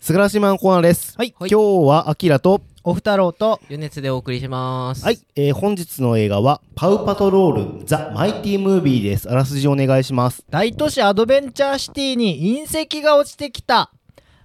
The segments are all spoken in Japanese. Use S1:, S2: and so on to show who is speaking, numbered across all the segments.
S1: すがらしマンコーナーです。
S2: はい
S1: 今日はアキラと、
S2: オフ太郎と
S3: 余熱でお送りします。
S1: はい、えー本日の映画は、パウパトロール、ザ・マイティムービーです。あらすじお願いします。
S2: 大都市アドベンチャーシティに隕石が落ちてきた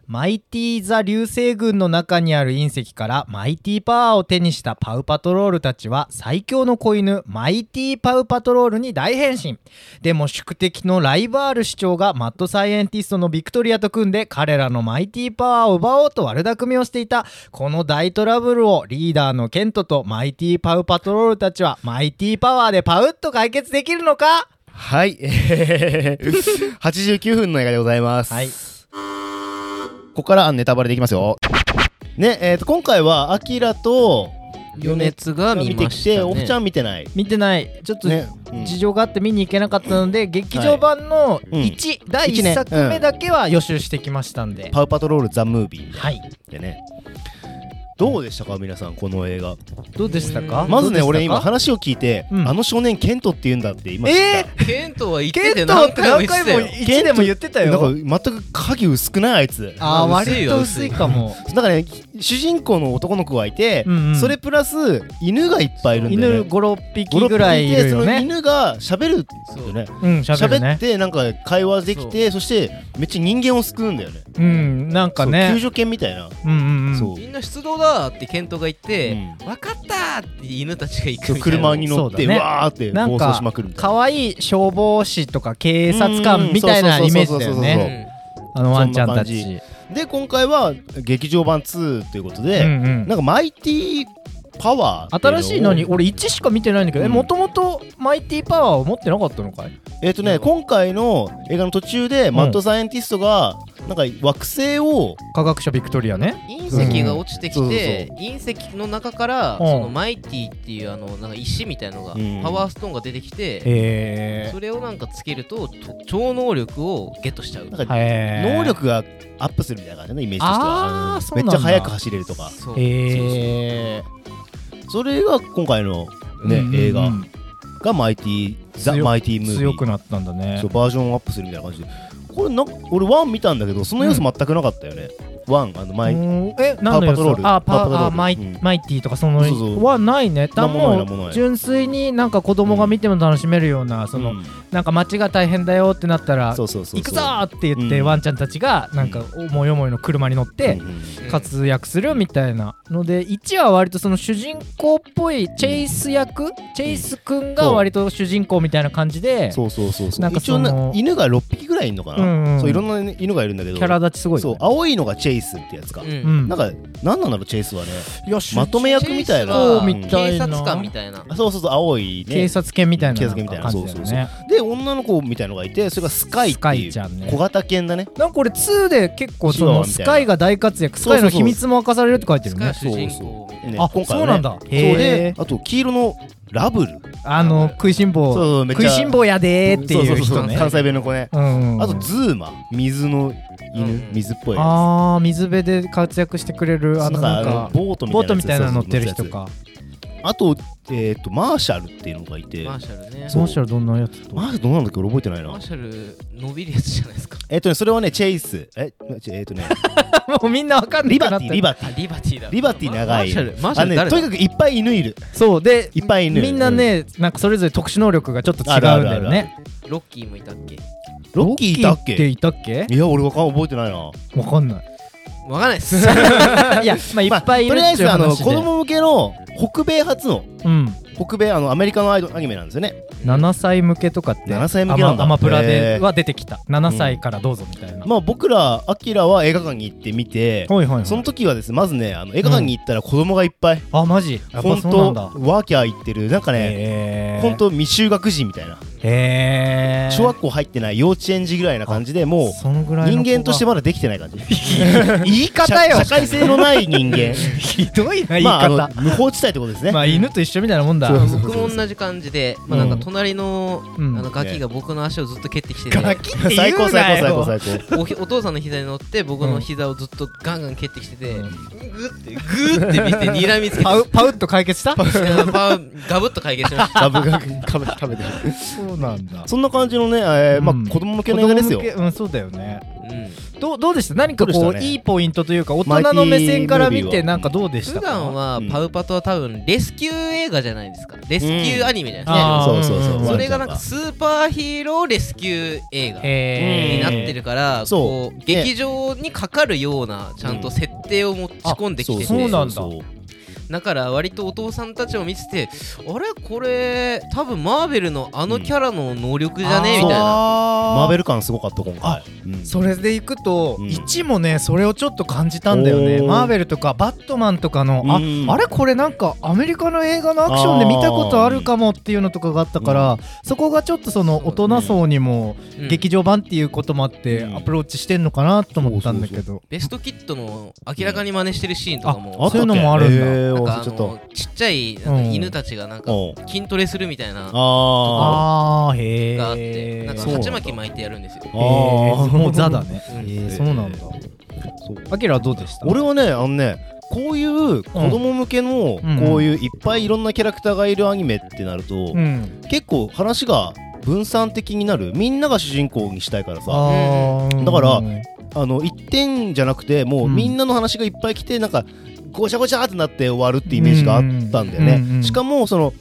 S2: マイティ・ザ・流星群の中にある隕石からマイティパワーを手にしたパウパトロールたちは最強の子犬マイティ・パウパトロールに大変身でも宿敵のライバール市長がマッドサイエンティストのビクトリアと組んで彼らのマイティパワーを奪おうと悪巧みをしていたこの大トラブルをリーダーのケントとマイティ・パウパトロールたちはマイティパワーでパウッと解決できるのか
S1: はい、 えー、89分の映画でございます。
S2: はい
S1: ここからネタバレできますよ。ね、えーと、今回は、アキラと、
S3: 余熱が見
S1: て
S3: ま
S1: き、
S3: してた、ね。
S1: オフちゃん見てない。
S2: 見てないちょっと、
S1: ね、うん
S2: 事情があって見に行けなかったので、劇場版の1、
S1: うん
S2: 第
S1: 一ね
S2: 1作目だけは予習してきましたんで、
S1: パウパトロール、ザ・ムービー
S2: はい
S1: でね。どうでしたか皆さんこの映画
S2: どうでしたか
S1: まずね
S2: どうで
S1: 俺
S2: した
S1: 今
S2: か
S1: 話を聞いて、
S2: うん
S1: あの少年ケントって言うんだって今知った
S2: え
S3: ケントは言っ
S2: ー、
S3: て
S2: ケ
S3: て
S2: ント
S3: 何
S2: って何
S3: 回も
S2: 回も
S3: 言ってたよ。
S2: 1でも言ってたよ
S1: なんか全く影薄くないあいつ
S2: あー
S3: まあ薄い
S2: 割
S3: よ
S2: と薄いかも
S1: なんかね主人公の男の子がいて、
S2: うんうん
S1: それプラス犬がいっぱいいるんだ
S2: 犬
S1: よね
S2: 56匹
S1: 5 6
S2: ぐらいいるよ
S1: その
S2: ね
S1: 犬が喋るんだよね
S2: うん喋
S1: 喋
S2: るね
S1: ってなんか会話できてそしてめっちゃ人間を救うんだよね
S2: うんなんか
S1: そう救
S2: ね
S1: 助犬みたいな、
S2: うんうんうん
S1: そう
S3: みんな出動だってケントが言って、
S1: う
S3: 分かったって犬たちが行くみた
S1: そ
S3: いうな。
S1: 車に乗っ
S2: そ
S1: て
S2: う
S1: う,、
S2: だね
S1: わーって
S2: なん
S1: 暴
S2: か
S1: 走しまくるみたいな
S2: 可愛い消防士とか警察官みたいな
S1: うんうん
S2: イメージだよ
S1: そうそうそう
S2: ねあのワンちゃんた
S1: そん
S2: ち
S1: で今回は劇場版2ということ
S2: う
S1: で、
S2: んうん
S1: なんかマイティパワーってうのを
S2: 新しいのに俺1しか見てないんだけど
S1: うん
S2: もともとマイティパワーを持ってなかったのかい
S1: えっ、とね、
S3: うん
S1: 今回の映画の途中で、
S2: ん
S1: マッドサイエンティストがなんか惑星を
S2: 科学者ビクトリアね
S3: 隕石が落ちて
S1: うん
S3: きて、
S1: そ
S3: 隕石の中から、
S2: うん
S3: そのマイティっていうあのなんか石みたいのが、
S1: うん
S3: パワーストーンが出てきて、
S2: え
S3: それをなんかつけるとと超能力をゲットしちゃう。
S1: なんか
S2: え
S1: 能力がアップするみたいな感じのイメージとしては、
S2: あーそう
S1: め
S2: な
S1: っ
S2: ん
S1: ち
S2: だ
S1: ゃ速く走れるとか
S3: そう
S2: え
S1: それが今回の、ね映画がマイティザ・
S2: 強
S1: マイティムービー
S2: 強くなったんだね
S1: そうバージョンアップするみたいな感じでこれな俺ワン見たんだけどその要素全くなかったよね、ワンあの前、
S2: うんえ何のや
S1: パワーパ
S2: つ
S1: トロール
S2: あパ
S1: パワーパトロール
S2: あマイ
S1: うん
S2: マイティとかその
S1: そうそう
S2: はないね
S1: な
S2: た
S1: んもないな
S2: も
S1: んもな
S2: う
S1: い
S2: 純粋になんか子供が見ても楽しめるようなその
S1: うん
S2: なんか街が大変だよってなったら
S1: そうそうそうそう
S2: 行くぞーって言っ
S1: う
S2: て
S1: ん
S2: ワンちゃんたちがなんか思い思いの車に乗って
S1: うんうん
S3: うん
S2: 活躍するみたいなので1は割とその主人公っぽいチェイス役、チェイスくんが割と主人公みたいな感じでキ
S1: そうそうそうそう
S2: なんか
S1: 一応
S2: その
S1: な犬が6匹ぐらいいるのかな、
S2: うんうん
S1: そういろんな犬がいるんだけど
S2: ャラ立ちすごい
S1: そう
S2: よね、
S1: 青いのがチェイスってやつか、
S3: うん
S2: うん、
S1: なんか何なんだろうチェイスはね
S2: いや主
S1: まとめ役みたいな
S2: そう
S1: うん
S2: みたい
S3: 警
S2: な
S3: 察官みたいな。
S1: あそうそうそう青いね
S2: 警察犬みたいな
S1: 警察犬みたいな
S2: なんか感じだよ
S1: そう
S2: ね
S1: で女の子みたいのがいてそれがスカイって
S2: スカ
S1: い
S2: イ
S1: う
S2: ちゃんね
S1: 小型犬だね
S2: なんかこれ2で結構そ
S1: チワワ
S2: の
S1: みたい
S2: ス
S1: な
S2: カイが大活躍スカイの秘密も明かされるって書いてるね
S3: スカイ主人公みたい
S1: ね
S3: な。
S2: あ
S1: 今回はね
S2: そうなんだ
S1: そう
S2: へ
S1: であと黄色のラブル
S2: あの食いし
S1: そ
S2: ん
S1: う
S2: 坊
S1: そうめっち
S2: 食
S1: ゃ
S2: いしん坊やでーっていう
S1: そそ
S2: 人
S1: そ
S2: ね
S1: 関西弁の子ね
S2: うん
S1: あとズーマ水の犬、
S3: うん
S1: 水っぽいやつ
S2: あー水辺で活躍してくれる
S1: そ
S2: あ
S1: う
S2: の
S1: な
S2: なんん
S1: か
S2: か
S1: あのボートみたいな
S2: ボートみたいなの乗ってる
S1: そうそ
S2: 人
S1: うそう
S2: か
S1: あと,、えー、とマーシャルっていうのがいて
S3: マ
S1: マ
S3: ーシャルね。
S1: そう
S2: マーシャルどんなやつと
S1: ーシャルどうなんだっけ俺覚えてない
S3: マー
S1: な
S3: シャル伸びるやつじゃないですか。
S1: えっ、とねそれはねチェイスえちえっ、と ね
S2: もうみんなわかんな
S1: リ
S2: い
S1: バティリバティ
S3: あリバティだ。
S1: リバティ長い
S3: マーシャル、マーシ
S1: あ
S3: ャ
S1: の
S3: ル
S1: ね
S3: 誰
S1: と
S3: だ
S1: にかくいっぱい犬いる
S2: そうで
S1: いっぱい犬
S2: みんなねなんかそれぞれ特殊能力がちょっと違うんだよね
S3: ロッキーもいたっけ
S1: ロッキーいたっ
S2: ロッキーって
S1: け
S2: いたっけ
S1: いや俺わかん覚えてないな
S2: わかんない
S3: わかんないっ す。
S2: いやまあいっぱいい
S1: と
S2: る
S1: りあえ
S2: っていう
S1: ずあの
S2: 話で
S1: 子供向けの北米初の
S2: うん
S1: 北米あのアメリカのアイドアニメなんですよね
S2: 7歳向けとかって
S1: 7歳向けなんだ
S2: アマアマプラ
S1: へ
S2: で
S1: ー
S2: は出てきた7歳からどうぞみたいな
S1: まあ僕らアキラは映画館に行ってみて
S2: はいはいはい
S1: その時はですねまずねあの映画館に行ったら子供がいっぱい
S2: あマジやっぱ
S1: 本
S2: そ
S1: 当
S2: うなんだ
S1: ワーキャー行ってるなんかね
S2: へえ
S1: 本当未就学児みたいな
S2: へえ
S1: 小学校入ってない幼稚園児ぐらいな感じでもう
S2: そのぐらい
S1: 人
S2: の子が
S1: 間としてまだできてない感 じ
S2: 言い方よ
S1: 社社会性のない人間
S2: ひどいな言い
S1: まああ
S2: 方
S1: の無法地帯ってことですね
S2: まあ犬と一緒みたいなもんだ
S1: そう
S3: 僕も同じ感じで、まあなんか隣の、
S2: うん
S3: あのガキが僕の足をずっと蹴ってきてて、
S2: ガキって言うな
S1: 最
S2: よ
S1: 高最高最高最
S3: おひお父さんの膝に乗って僕の膝をずっとガンガン蹴ってきてて、
S2: うん
S3: グーってグーって見て睨みつけて
S2: パウパウッと解決した
S3: うんパウガブッと解決しまし
S1: 高
S3: た
S1: ガブガブガブ食べてる
S2: そうなんだ
S1: そんな感じのね、えーま
S2: うん
S1: あ子供向けの映画ですよ
S2: 子供向けうんそうだよね
S3: う んうん
S2: どうどうでした何か
S1: ど
S2: こ
S1: う
S2: う
S1: でしたね
S2: いいポイントというか大人の目線から見
S1: マイティムービー
S2: て
S1: は
S2: なんかどうでした
S3: 普
S2: か
S3: 段は
S1: うん
S3: パウパトは多分レスキュー映画じゃないですかレスキューアニメじゃ
S2: うん
S3: ない
S2: あ
S3: ですか、
S1: そうそうそうう。
S2: んー
S3: それがなんか
S1: ワンち
S3: スーパーヒーローレスキュー映画
S2: え
S3: に
S2: ー
S3: なってるから、
S1: ん
S3: こ
S1: そう
S3: う劇場にかかるようなちゃんと設定を持ち込ん
S1: ゃんは
S3: できてて、
S2: そうなんだ
S1: そう
S3: だから割とお父さんたちを見ててあれこれ多分マーベルのあのキャラの能力じゃね、
S1: うん
S3: みたいな
S1: マーベ
S2: ル
S1: ル感すごかった今
S2: あ
S1: 回。うん
S2: それでいくと、
S1: うん
S2: 1もねそれをちょっと感じたんだよね
S1: おー
S2: マーベルとかバットマンとかの、
S1: うん
S2: ああれこれなんかアメリカの映画のアクションで見たことあるかもっていうのとかがあったから、そこがちょっとその大人層にも
S3: うん
S2: 劇場版っていうこともあって
S1: うん
S2: アプローチしてんのかなと思ったんだけど、
S3: ベストキットの明らかに真似してるシーンとかも、
S1: あったっけ
S2: そういうのもあるんだ
S1: えー
S3: なん
S1: 忘
S3: か
S1: れ
S3: あ
S1: ちょっと
S3: のちっちゃいなんか犬たちがなんか
S1: うん
S3: 筋トレするみたいな
S1: あ
S2: あー
S3: があっ
S2: へ
S3: て
S2: え
S3: なんか
S1: そう
S3: 鉢巻き巻いてやるんですよ
S1: あ
S2: えー
S1: ー
S2: もうザだね。
S3: うん
S2: えーそうなんだ。
S1: あ。そう
S2: アキラはどうでした？
S1: 俺はねあのねこういう子供向けの
S2: うん
S1: こういういっぱいいろんなキャラクターがいるアニメってなると
S2: うん。
S1: 結構話が分散的になるみんなが主人公にしたいからさ
S2: あー
S1: だから
S2: うん
S1: あの一点じゃなくてもううんみんなの話がいっぱい来てなんかごちゃごちゃってなって終わるってイメージがあったんだよね、
S2: うんうん
S1: しかもその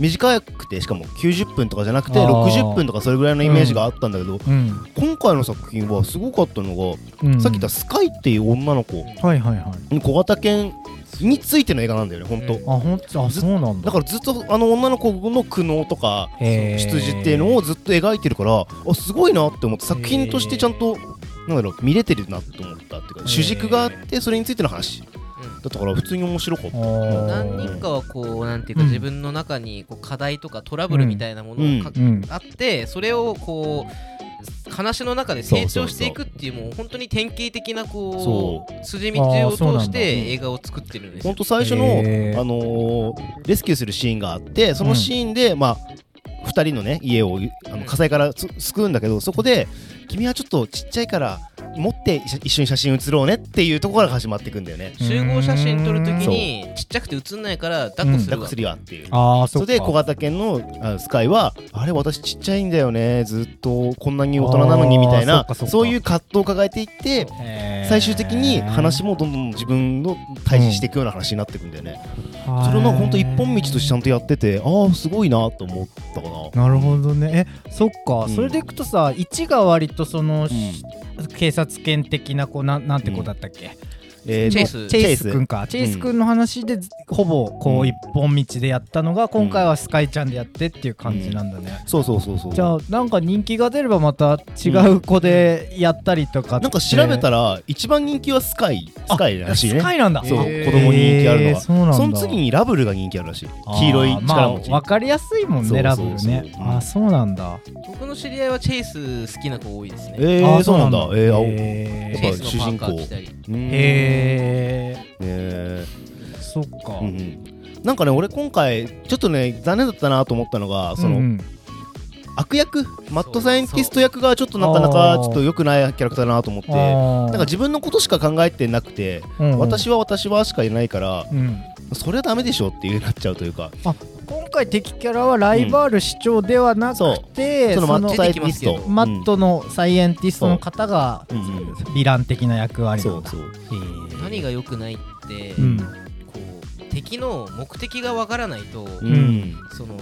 S1: 短くてしかも90分とかじゃなくて
S2: あー
S1: 60分とかそれぐらいのイメージがあったんだけど、
S2: うん
S1: 今回の作品はすごかったのが、
S2: うん
S1: さっき言ったスカイっていう女の子
S2: はいはいはい。
S1: 小型犬についての映画なんだよね本当、
S3: うん
S2: あ本当あ
S1: ず
S2: そうなんだ。
S1: だからずっとあの女の子の苦悩とか
S2: へー
S1: 羊っていうのをずっと描いてるからあすごいなって思って作品としてちゃんとなんだろう見れてるなって思ったっていう
S2: へー
S1: か主軸があってそれについての話だったから普通に面白かった
S2: あー
S3: 何人かはこうなんていうか
S2: うん
S3: 自分の中にこう課題とかトラブルみたいなものをか
S2: うん
S3: あってそれをこう話の中で成長していくっていうもう本当に典型的なこう筋道
S2: あ
S3: を
S2: ーそうなんだ
S3: 通して映画を作ってるんです
S1: ほん
S3: よ。
S1: と最初の、
S2: へー
S1: あのーレスキューするシーンがあってそのシーンで、まあ2人のね家をあの火災からつ救うんだけどそこで「君はちょっとちっちゃいから持って一緒一緒に写真写ろうね」っていうところから始まっていくんだよね。
S3: 集合写真撮るときにちっちゃくて写んないから抱っこ
S1: 抱
S3: する
S1: っ
S3: わ
S1: こするわっていう
S2: ああ
S1: そ
S2: そ
S1: れで小
S2: が
S1: 型犬のあスカイは「あれ私ちっちゃいんだよねずっとこんなに大人なのに」みたい
S2: あーそっ
S1: な
S2: かそっか
S1: そういう葛藤を抱えていって最終的に話
S2: も
S1: もどんどん自分の対峙していくような話になっていくんだよね。それの本当一本道としてちゃんとやっててああすごいなと思ったかな。
S2: なるほどねえそっか、
S1: うん
S2: それでいくとさ1が割とその、
S1: ん
S2: 警察犬的なこうなんなんて子だったっけ、
S1: えー
S3: チェイ
S1: と
S3: ス
S2: チェイス君かチェイス君の話で、ほぼ
S1: う
S2: こうん一本道でやったのが今回はスカイちゃんでやってっていう感じなんだね、
S1: そうそうそうそう
S2: じゃあなんか人気が出ればまた違う子でやったりとかって
S1: なんか調べたら一番人気はスカイスカイらしいね
S2: スカイなんだ
S1: そう
S3: へー
S1: 子供に人気あるの
S2: えー
S1: が
S2: そうなんだ
S1: その次にラブルが人気あるらしい黄色い力持ち、
S2: まあ、分かりやすいもん
S1: そうそうそう
S2: ねラブルね
S1: うん
S2: あそうなんだ
S3: 僕の知り合いはチェイス好きな子多いですね。
S1: え
S2: あ
S1: ー、そうなんだえー、青へ
S2: へ
S1: やっ
S3: チ
S1: ぱ
S3: ェイスのパーカー着たり。
S1: え
S2: へ
S1: え
S2: ーそっか、
S1: うんうんなんかね俺今回ちょっとね残念だったなと思ったのがその、
S2: うん
S1: 悪役マッドサイエンティスト役がちょっとなかな
S2: あ
S1: か
S2: ー
S1: ちょっと良くないキャラクターだなと思って
S2: うん
S1: なん
S2: あー
S1: か自分のことしか考えてなくて、
S2: うんうん
S1: 私は私はしかいないから
S2: うん
S1: それはダメでしょっていうなっちゃうというか
S2: 今回敵キャラはライバル市長ではなくて、
S1: そのマッ
S2: その
S1: トサイエンティス
S3: 出て
S1: ト
S3: き
S2: マットのサイエンティストの方が
S1: うんうん
S2: ヴィラン的な役割
S1: そ
S2: なん
S1: う
S2: だ
S1: そう
S3: 何が良くないって、
S2: うん
S3: こう敵の目的がわからないと、
S1: うんん
S3: その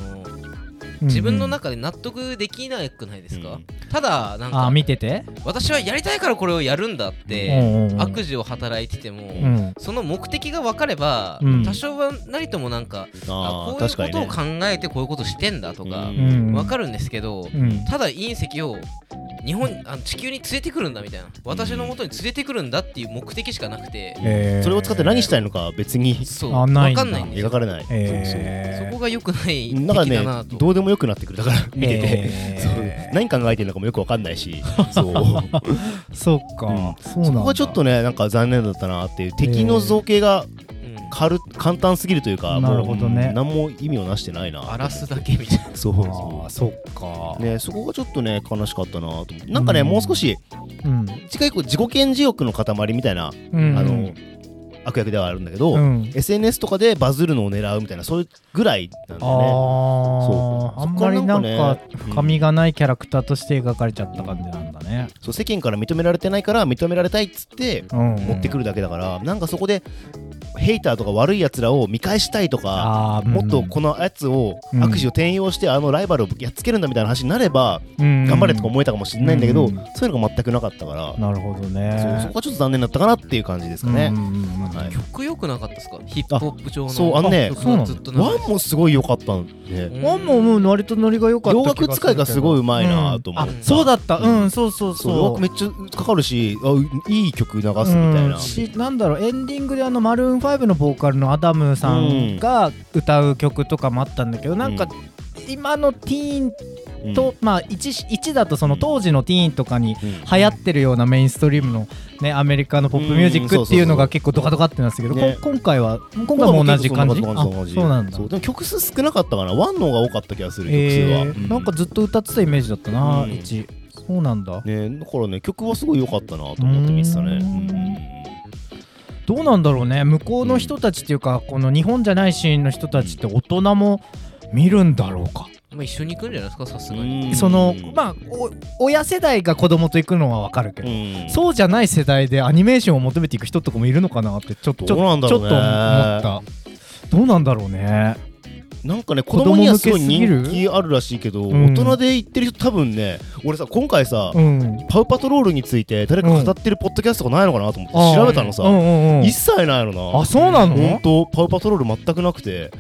S3: 自分の中で納得できなくないですか、ただなん
S2: あ
S3: か
S2: 見てて、
S3: 私はやりたいからこれをやるんだって、悪
S2: 悪
S3: 事を働いてても、
S2: うん
S3: その目的が分かれば、
S2: うん
S3: 多少はなりともなんかあ
S1: あ
S3: こ
S1: あ
S3: うい
S1: 確
S3: うこ
S1: かに
S3: とを
S1: ね
S3: 考えてこういうことしてんだとか
S1: う
S2: うんうん
S3: 分かるんですけど、
S2: うん
S3: ただ隕石を日本あの地球に連れてくるんだみたいな私の元に連れてくるんだっていう目的しかなくて、
S2: えー
S1: それを使って何したいのか別に
S3: そう
S2: あ
S3: 分
S2: ないんだ
S3: かんないんですよ
S1: 描かれない
S2: え
S3: そ
S2: ー
S3: こが良くない
S1: だから
S3: 敵だな
S1: ね
S3: と、
S1: どうでもよくなってくるだから見てて
S2: え
S1: そう
S2: ー
S1: 何考えてるのかもよくわかんない しそう
S2: そっか、
S1: うん
S2: そうな
S1: そ
S2: んだ
S1: こがちょっとねなんか残念だったなっていう敵の造形が
S3: うん
S1: 軽簡単すぎるというか
S2: なるほどね
S1: もう何も意味をなしてないな
S3: 荒らすだけみたいな
S1: そう
S2: あ
S1: そ
S2: ーそっか、
S1: うねそこがちょっとね悲しかったなと思ってなんかね
S2: うん
S1: もう少し
S2: うん
S1: 近いこう自己顕示欲の塊みたいな
S2: うん
S1: あの悪役ではあるんだけど、
S2: うん、
S1: SNS とかでバズるのを狙うみたいなそういうぐらいなんだよね
S2: あ
S1: そ
S2: あ
S1: う
S2: あんまりなん
S1: そっからなん
S2: か
S1: かね
S2: 深みがないキャラクターとして描かれちゃった感じなんだね、
S1: そう世間から認められてないから認められたいっつって
S2: うん
S1: 持ってくるだけだから、なんかそこでヘイターとか悪いやつらを見返したいとか
S2: あー
S1: もっとこのやつを
S2: うん
S1: 悪事を転用してあのライバルをやっつけるんだみたいな話になれば
S2: うん
S1: 頑張れとか思えたかもしれないんだけど、
S2: うん
S1: そういうのが全くなかったから、
S2: なるほど
S1: そうそ
S2: ね
S1: こがちょっと残念だったかなっていう感じですかね
S2: う、んうんうんうん
S1: はい
S3: 曲良くなかったですかヒップホップ調の
S1: そうあのね
S3: 曲
S2: そうな
S3: が
S2: の
S3: ずっと流れ
S1: ワンもすごい良かったんで、
S3: うん
S2: ワンももう割とノリが良かった
S1: 洋楽使いがすごいうまいなと思って、
S2: うんあそうだったう
S1: うん
S2: そうそう
S1: そう
S2: そ
S1: 洋
S2: う
S1: 楽めっちゃかかるしあいい曲流すみたいな、
S2: うんしなんだろうエンディングであのマルーン5のボーカルのアダムさんが歌う曲とかもあったんだけど、なんか今のティーン
S1: うん
S2: と、まあ 1, 1だとその当時のティーンとかに
S1: うん
S2: 流行ってるようなメインストリームの、ね、アメリカのポップミュージックっていうのが結構ドカドカってなんですけど、
S1: ね
S2: こ今回は今回も同じ感じ
S1: そう
S2: あそうなんだ
S1: でも曲数少なかったかなワンの方が多かった気がする曲数は、
S2: えー
S1: う
S2: なんかずっと歌ってたイメージだったな、
S1: うん
S2: 一そうなんだ
S1: ねだからね曲はすごい良かったなと思って見てたね
S2: う
S1: うんん
S2: どうなんだろうね向こうの人たちっていうか、この日本じゃないシーンの人たちって大人も見るんだろうか、
S3: まあ一緒に行くんじゃないですかさすがに
S1: うん
S2: そのまあお親世代が子供と行くのはわかるけ
S1: う
S2: ど、
S1: ん
S2: そうじゃない世代でアニメーションを求めていく人とかもいるのかなってちょっとち
S1: どう
S2: ょ
S1: な
S2: っ
S1: ん
S2: と
S1: だ
S2: ちょ
S1: ろ
S2: っ
S1: う
S2: と
S1: ね
S2: 思ったどうなんだろうね
S1: なんかね子供にはすごい
S2: 子供向けすぎる
S1: 人気あるらしいけど、
S2: う
S1: 大
S2: ん
S1: 人で言ってる人多分ね俺さ今回さ、
S2: うん
S1: パウパトロールについて誰か語ってるポッドキャストがないのかなと思
S2: あ
S1: っ
S2: ー
S1: て調べたのさ、
S2: うんうんうん
S1: 一切ないのな
S2: あそうな
S1: 本
S2: の
S1: 当パウパトロール全くなくて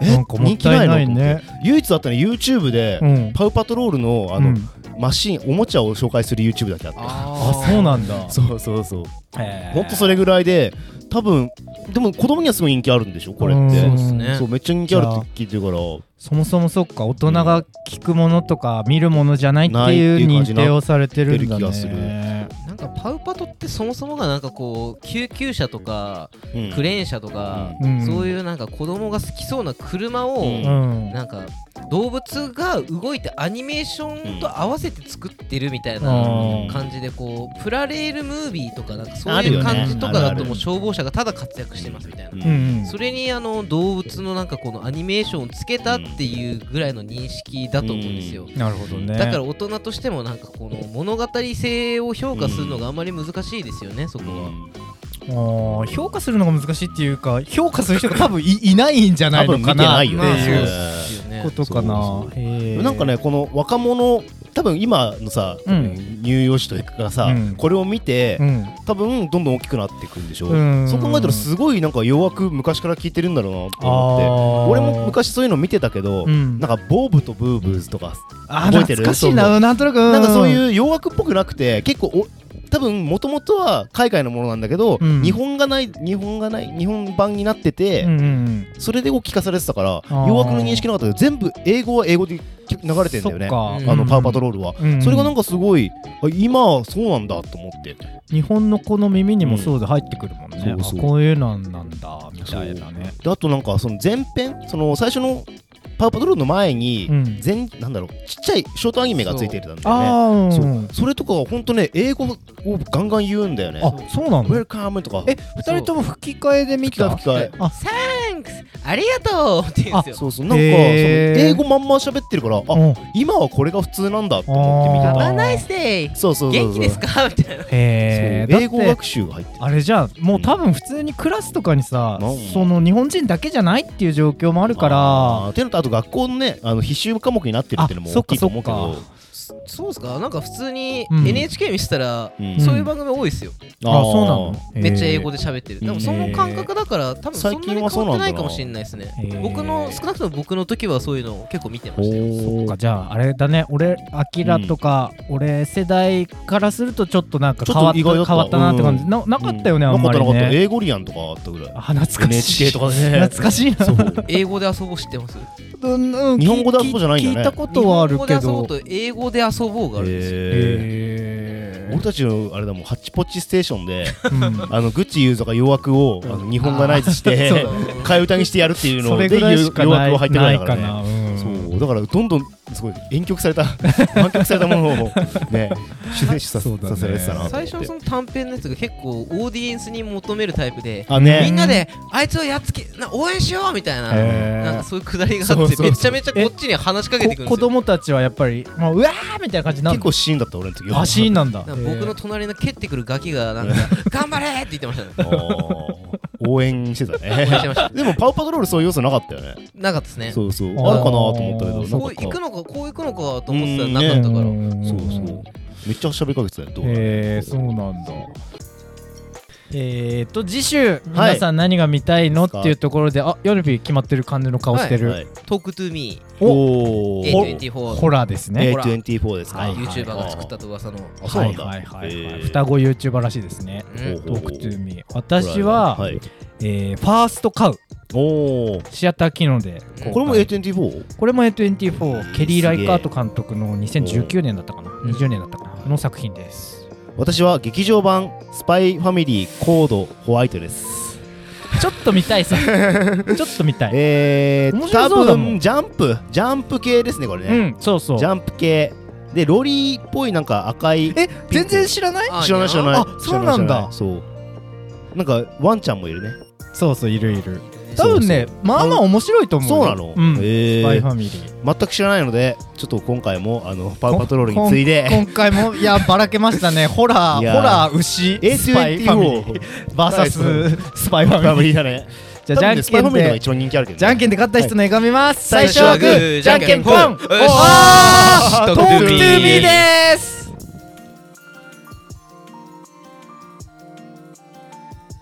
S1: え
S2: なんかもったいない
S1: 人気の
S2: ね
S1: と思って唯一あったの YouTube で、
S2: うん
S1: パウパトロールのあの、
S2: うん
S1: マシンおもちゃを紹介する YouTube だけあって
S2: あそうなんだ
S1: そうそうそう
S2: へー
S1: ほんとそれぐらいで多分でも子供にはすごい人気あるんでしょこれって、
S2: うん
S3: そうですね
S1: そうめっちゃ人気あるって聞いてるから
S2: そもそもそっか大人が聞くものとか見るものじゃないっていう
S1: ない
S2: 認
S1: っていう感じにな
S2: 定をされてるんだ
S1: ってる気がする
S2: ね
S3: なんかパウパトってそもそもがなんかこう救急車とか
S1: うん
S3: クレーン車とか、
S2: うん
S3: そういうなんか子供が好きそうな車を、
S1: うん
S2: うん
S3: なんか動物が動いてアニメーションと合わせて作ってるみたいな
S1: うん
S3: 感じでこうプラレールムービーとかなんかそう
S1: ある
S3: いう
S1: よね
S3: 感じとか
S1: あ
S3: だ
S1: る
S3: と
S1: あ
S3: もう
S1: る
S3: 消防車がただ活躍してますみたいな。
S2: うんうん
S3: それにあの動物のなんかこのアニメーションをつけたっていうぐらいの認識だと思うんですよ。
S2: なるほどね
S3: だから大人としてもなんかこの物語性を評価するのがあんまり難しいですよね、そこは。
S2: あー評価するのが難しいっていうか評価する人が多分いいないんじゃな
S1: 多
S2: いの
S1: 分見
S2: か
S1: て
S2: な
S1: な
S2: っ
S1: い
S2: て
S1: よ
S3: まあそう
S2: い
S3: で
S2: う
S1: ね
S3: すよね
S2: ことかな
S1: そうそう
S2: へー
S1: なんかねこの若者多分今のさ、
S2: うん
S1: 乳幼児というかさ、
S2: うん
S1: これを見て、
S2: うん
S1: 多分どんどん大きくなっていくんでしょ、
S2: うん
S1: そう考えたらすごいなんか弱く昔から聞いてるんだろうなと
S2: あ
S1: 思って
S2: ー
S1: 俺も昔そういうの見てたけど、
S2: うん
S1: なんかボーブとブーブーズとか、
S2: あー
S1: 覚えてる
S2: 懐かしい
S1: そうそ
S2: ななんとなく
S1: なんかそう
S2: う
S1: いう洋楽っぽくなくて結構お多分もともとは海外のものなんだけど、
S2: うん
S1: 日本がない日本がない日本版になってて、
S2: うんうんうん
S1: それでを聞かされてたから
S2: ー
S1: 洋楽の認識なかったけど全部英語は英語で聞流れてんだよね
S2: そっか
S1: あのパウパ
S2: ト
S1: トロールは、
S2: うんうん
S1: それがなんかすごいあ今はそうなんだと思って
S2: 日本の子の耳にもそうで入ってくるもんね、
S1: うんそうそう
S2: あこういうなんなんだみたいなね
S1: であとなんかその前編その最初のパウパトロールの前に、
S2: うん
S1: 前なんだろうちっちゃいショートアニメがついてたんだよね
S2: あー
S1: そううんそれとかはほんとね英語をガンガン言うんだよね
S2: あそうな
S1: ウェ
S2: の
S1: ルカムとか
S2: え二人とも吹き替えで見た
S1: 吹き替え吹き
S2: あ
S3: サ ンクスありがとうって言うんですよ。
S1: そうそうなんか、
S2: へー
S1: その英語まんま喋ってるからあ、
S2: うん
S1: 今はこれが普通なんだと思って見て
S2: あ
S1: た
S2: ー
S3: あナイスデイ
S1: そうそうそうそう
S3: 元気ですか みたいな。
S2: へえ
S1: そう英語学習が入ってる
S2: あれじゃあもう多分普通にクラスとかにさ、
S1: うん
S2: その日本人だけじゃないっていう状況もあるから
S1: あーてのとあと学校のねあの必修科目になってるっていうのも
S2: あそっ
S1: 大
S2: か
S1: きいと思うけ
S2: そっ
S1: ど
S3: そうですかなんか普通に
S2: うん
S3: NHK 見せたら、
S1: うん
S3: そういう番組多いですよ。
S2: あそうなの
S3: めっちゃ英語
S2: で
S3: で喋ってる。
S1: う
S3: で
S1: ん
S3: もその感覚だから多分そんなに変わってないかもしれないですね
S2: 最近はそうなん。だな
S3: 僕の少なくとも僕の時はそういうのを結構見てましたよ。
S1: お
S2: じゃああれだね俺アキラとか、俺世代からするとちょっとなんか
S1: ちょ
S2: 変
S1: っ
S2: わ
S1: と
S2: った
S1: 意外だった
S2: 変わったなって感じ、ななかったよね、あんまり
S1: なかったなかった
S2: ね
S1: 英語リアンとかあったぐらい
S2: あ懐かしい
S1: NHK とかね
S2: 懐かしいな
S1: そう
S3: 英語で遊ぼう知ってます
S2: うんうん
S1: 日本語で遊ぼうじゃないんだね
S2: 聞いたことはあるけ
S3: 日本
S2: ど
S3: 語で遊ぼうと英語で遊ぼうがあるんですよ。
S1: えー
S2: へ
S1: 俺たちのあれだもんハッチポッチステーション で
S2: ーうん
S1: あのグッチユーザーが洋楽をあの日本語ナイズし
S2: あー
S1: て
S2: そう
S1: 替え歌にしてやるっていう
S2: そ
S1: ので
S2: れぐらいしかない
S1: 洋楽は入ってこないからね
S2: ないかなうん
S1: そうそうだからどんどんすごい婉曲 された婉曲されたものをね修正さ,、
S2: そうだね
S1: させられてたなと思っ
S3: 最
S1: て
S3: 初のその短編のやつが結構オーディエンスに求めるタイプで、
S1: あね
S3: みんなであいつをやっつけな応援しようみたいな,、
S2: へー
S3: なんかそういうくだりが
S1: そ
S3: あ
S1: う
S3: っ
S1: そう
S3: て
S1: そう
S3: めちゃめちゃこっちに話しかけてくるんです
S2: こ
S3: よ
S2: 子供たちはやっぱりもううわーみたいな感じになる
S1: 結構シーンだった俺の時は
S2: あシーンなんだ
S3: なんか僕の隣の蹴ってくるガキがなん か頑張れって言ってましたね
S1: あー応援してた
S3: 応援して
S1: ね
S3: ました
S1: でもパウパトロールそういう要素なかったよね
S3: なかったですね
S1: そうそうある
S2: あ
S1: か
S2: ー
S1: なと思ったけど
S2: う
S1: なん
S3: こう行く
S1: か
S3: のかこう行くのかと思ってたら
S1: うん
S3: な
S1: ね
S3: かったから、
S1: そうそうめっちゃ喋りかけてたよどう
S2: へえそうなんだえー、と次週皆さん何が見たいの、っていうところであヨルビー決まってる感じの顔してる、
S1: はい
S3: トークトゥーミ
S1: お
S3: ー
S1: ー
S3: A24
S2: ホラーですね、
S3: ほら
S1: A24 ですか
S2: はい
S3: YouTuber が作ったと噂の
S1: あそうなんだ
S2: はいはいはいはい
S1: へー
S2: 双子 YouTuber らしいですね
S3: うん
S1: ほう
S2: トークトゥーミー私は、
S1: はい
S2: えーファーストカウ
S1: おお
S2: シアター機能で公開
S1: これも A24?
S2: これも A24 ケリー・
S1: す
S2: ラ
S1: げえ
S2: イカート監督の2019年だったかな
S3: うん
S2: 20年だったかなの作品です
S1: 私は劇場版スパイファミリーコードホワイトです
S2: ちょっと見たい さちょっと見たい
S1: え
S2: 面
S1: ー、
S2: 白
S1: 多
S2: そうだもん
S1: 分ジャンプジャンプ系ですねこれ
S2: う
S1: ね、
S2: んそうそう
S1: ジャンプ系でロリーっぽいなんか赤い
S2: え全然知らない
S3: あ
S1: 知らない知らない
S2: あそうなんだ
S1: 知らない知らないそうなんかワンちゃんもいるね
S2: そうそういるいる
S1: そ
S2: 多
S1: う
S2: 分ねまあまあ面白いと思う
S1: そ
S2: よ
S1: うなの、
S2: うん
S1: え
S2: スパイフ
S1: ー、
S2: ァミリー
S1: 全く知らないのでちょっと今回もあのパウパトロールに次いで
S2: 今回もいやばらけまし たねホラ
S1: い
S2: ー
S1: や
S2: ホラー牛スパイファミリ
S1: A24
S2: ー VS スパイフ
S1: ファ
S2: ァ
S1: ミ
S2: ミ
S1: リ
S2: リー
S1: ーだね
S2: じゃあ
S1: 多分ね
S2: じ
S1: スパ
S2: ゃ
S1: イ
S2: ん
S1: ファミ
S2: け
S1: リーの
S2: ん
S1: が
S2: で
S1: 一番人気あるけど、ね、
S2: じゃんけんで勝った人の絵が見ます
S1: はい
S2: 最初はグーじゃんけんポンお
S3: よし
S2: ートークトゥーミーです